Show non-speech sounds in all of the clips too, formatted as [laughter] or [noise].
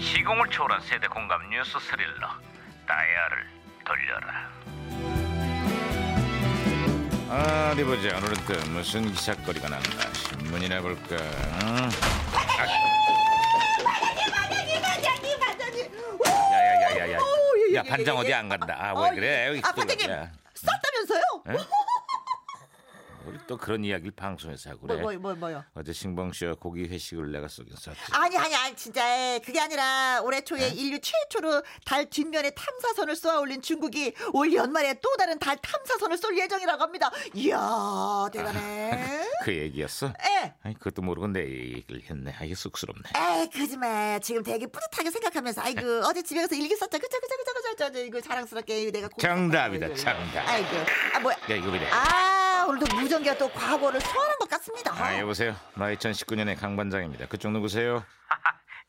시공을 초월한 세대 공감 뉴스 스릴러 다이아를 돌려라 아, 어디 보자 오늘은 또 무슨 기사거리가 난다 신문이나 볼까 반장님 반장님 반장님 야야야야야 야, 예, 예, 예, 반장 예, 예. 어디 안 간다 아 어, 왜 그래 여기 아 또 반장님 야, 썼다면서요? 뭐, 에? 우리 또 그런 이야기를 방송에서 하고 그래 뭐뭐 뭐 뭐요? 어제 신봉 씨와 고기 회식을 내가 속여서 아니 아니 아니 진짜 에, 그게 아니라 올해 초에 인류 최초로 달 뒷면에 탐사선을 쏘아 올린 중국이 올 연말에 또 다른 달 탐사선을 쏠 예정이라고 합니다. 이야 [laughs] 대단해. 그 얘기였어? 예. 아니 그것도 모르고 내 얘기를 했네 아 이게 쑥스럽네 에이 거짓말 지금 되게 뿌듯하게 생각하면서 아이고 어제 집에 가서 일기 썼죠 그쵸 그쵸 그쵸 그쵸 그쵸 이거 자랑스럽게 내가 고- 정답이다 아이고, 정답 아이고 아 뭐야 야 이거 그래 아 오늘도 무전기가 또 과거를 소환한 것 같습니다. 아 여보세요. 나 2019년의 강 반장입니다. 그쪽 누구세요?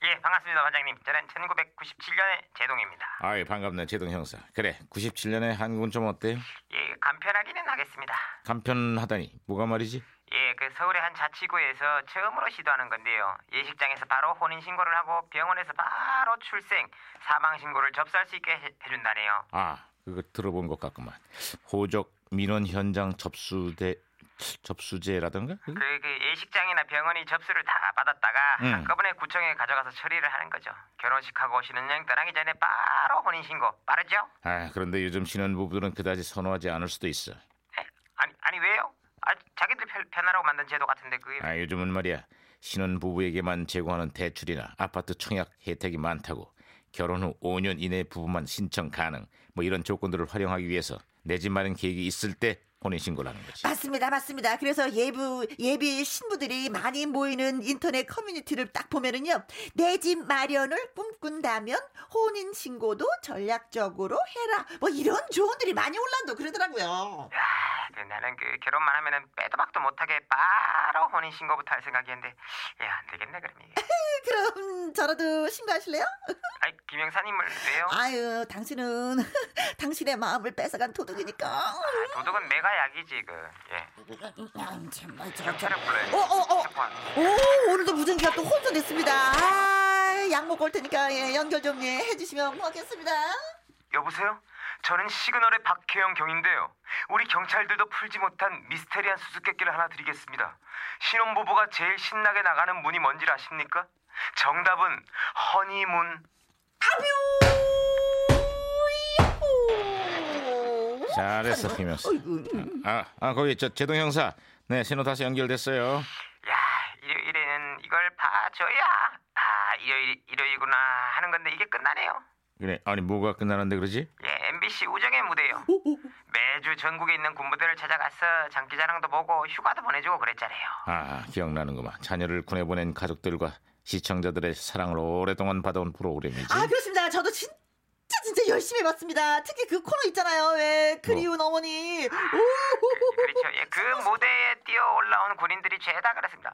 예, 반갑습니다, 반장님. 저는 1997년의 제동입니다. 아이 반갑네 제동 형사. 그래 97년에 한국은 좀 어때요? 예, 간편하기는 하겠습니다. 간편하다니 뭐가 말이지? 예, 그 서울의 한 자치구에서 처음으로 시도하는 건데요. 예식장에서 바로 혼인 신고를 하고 병원에서 바로 출생, 사망 신고를 접수할 수 있게 해, 준다네요 아 그거 들어본 것 같구만. 호적 민원 현장 접수대 접수제라던가? 그거? 그, 그 예식장이나 병원이 접수를 다 받았다가 음. 한꺼번에 구청에 가져가서 처리를 하는 거죠. 결혼식하고 오시는 여행 떠나기 전에 바로 혼인 신고. 빠르죠? 아 그런데 요즘 신혼부부들은 그다지 선호하지 않을 수도 있어. 에? 아니, 아니 왜요? 아, 자기들 편- 편하라고 만든 제도 같은데 그게 아 요즘은 말이야 신혼부부에게만 제공하는 대출이나 아파트 청약 혜택이 많다고 결혼 후 5년 이내 부부만 신청 가능 뭐 이런 조건들을 활용하기 위해서 내 집 마련 계획이 있을 때 혼인 신고를 하는 거지. 맞습니다, 맞습니다. 그래서 예부, 예비 신부들이 많이 모이는 인터넷 커뮤니티를 딱 보면은요, 내 집 마련을 꿈꾼다면 혼인신고도 전략적으로 해라. 뭐 이런 조언들이 많이 올라온다 그러더라고요. 그 나는 그 결혼만 하면은 빼도 박도 못하게 바로 혼인 신고부터 할 생각이었는데 야 안 되겠네 그럼 이게 그럼 저라도 신고하실래요? 아이 김영사님을 왜요? 아유, 당신은 당신의 마음을 뺏어간 도둑이니까. 아, 도둑은 내가 약이지 그예 음, 정말 저, 저. 경찰을 불러야 어, 어, 어. 어. 오, 오늘도 무전기가 또 혼선됐습니다. 아, 약 먹고 올 테니까 예, 연결 좀 예, 해주시면 고맙겠습니다. 여보세요? 저는 시그널의 박혜영 경인데요 우리 경찰들도 풀지 못한 미스테리한 수수께끼를 하나 드리겠습니다 신혼부부가 제일 신나게 나가는 문이 뭔지 아십니까? 정답은 허니문 아뮤! 야호! 잘했어 김영수. 어이구. 아, 아 거기 저 제동 형사. 네 신호 다시 연결됐어요. 야 일요일에는 이걸 봐줘야 아 일요일, 일요일이구나 하는 건데 이게 끝나네요 그래 아니 뭐가 끝나는데 그러지? 예, MBC 우정의 무대요. 매주 전국에 있는 군부대를 찾아가서 장기자랑도 보고 휴가도 보내주고 그랬잖아요. 아 기억나는구만. 자녀를 군에 보낸 가족들과 시청자들의 사랑을 오랫동안 받아온 프로그램이지. 아, 그렇습니다. 저도 진짜 진짜 열심히 봤습니다. 특히 그 코너 있잖아요. 왜 그리운 뭐? 어머니. 예, 그렇죠. 예, 그 무대에 뛰어 올라온 군인들이 죄다 그랬습니다.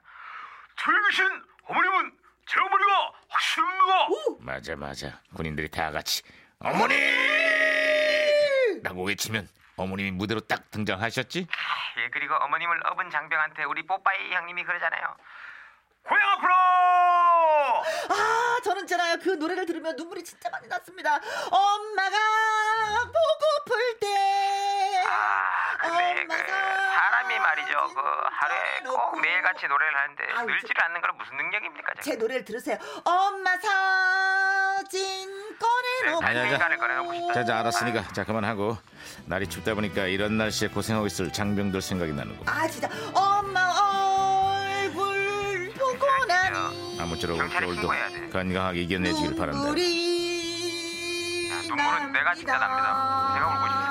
저에게신 어머님은 제 어머니가 하십니다. 맞아 맞아 군인들이 다 같이 어머니 라고 외치면 어머님이 무대로 딱 등장하셨지 예, 그리고 어머님을 업은 장병한테 우리 뽀빠이 형님이 그러잖아요. 고향 앞으로! 아, 저는 있잖아요. 그 노래를 들으면 눈물이 진짜 많이 났습니다. 엄마가 보고플 때. 아, 근데 그 엄마가 사람이 말이죠. 그 하루에 아, 진짜 꼭 매일같이 노래를 하는데 아유, 늘지를 않는 건 무슨 능력입니까? 저게? 제 노래를 들으세요. 엄마 사진 꺼내놓고. 네, 아니, 아니, 인간을 꺼내놓고 싶다. 자자 알았으니까 자 그만하고 날이 춥다 보니까 이런 날씨에 고생하고 있을 장병들 생각이 나는구만 아 진짜 엄마 얼굴 네, 보고 나니 아무쪼록 경찰에 겨울도 신고해야 돼. 건강하게 이겨내주길 바란다 눈물이 눈물은 내가 진짜 납니다. 제가 울고 싶습니다.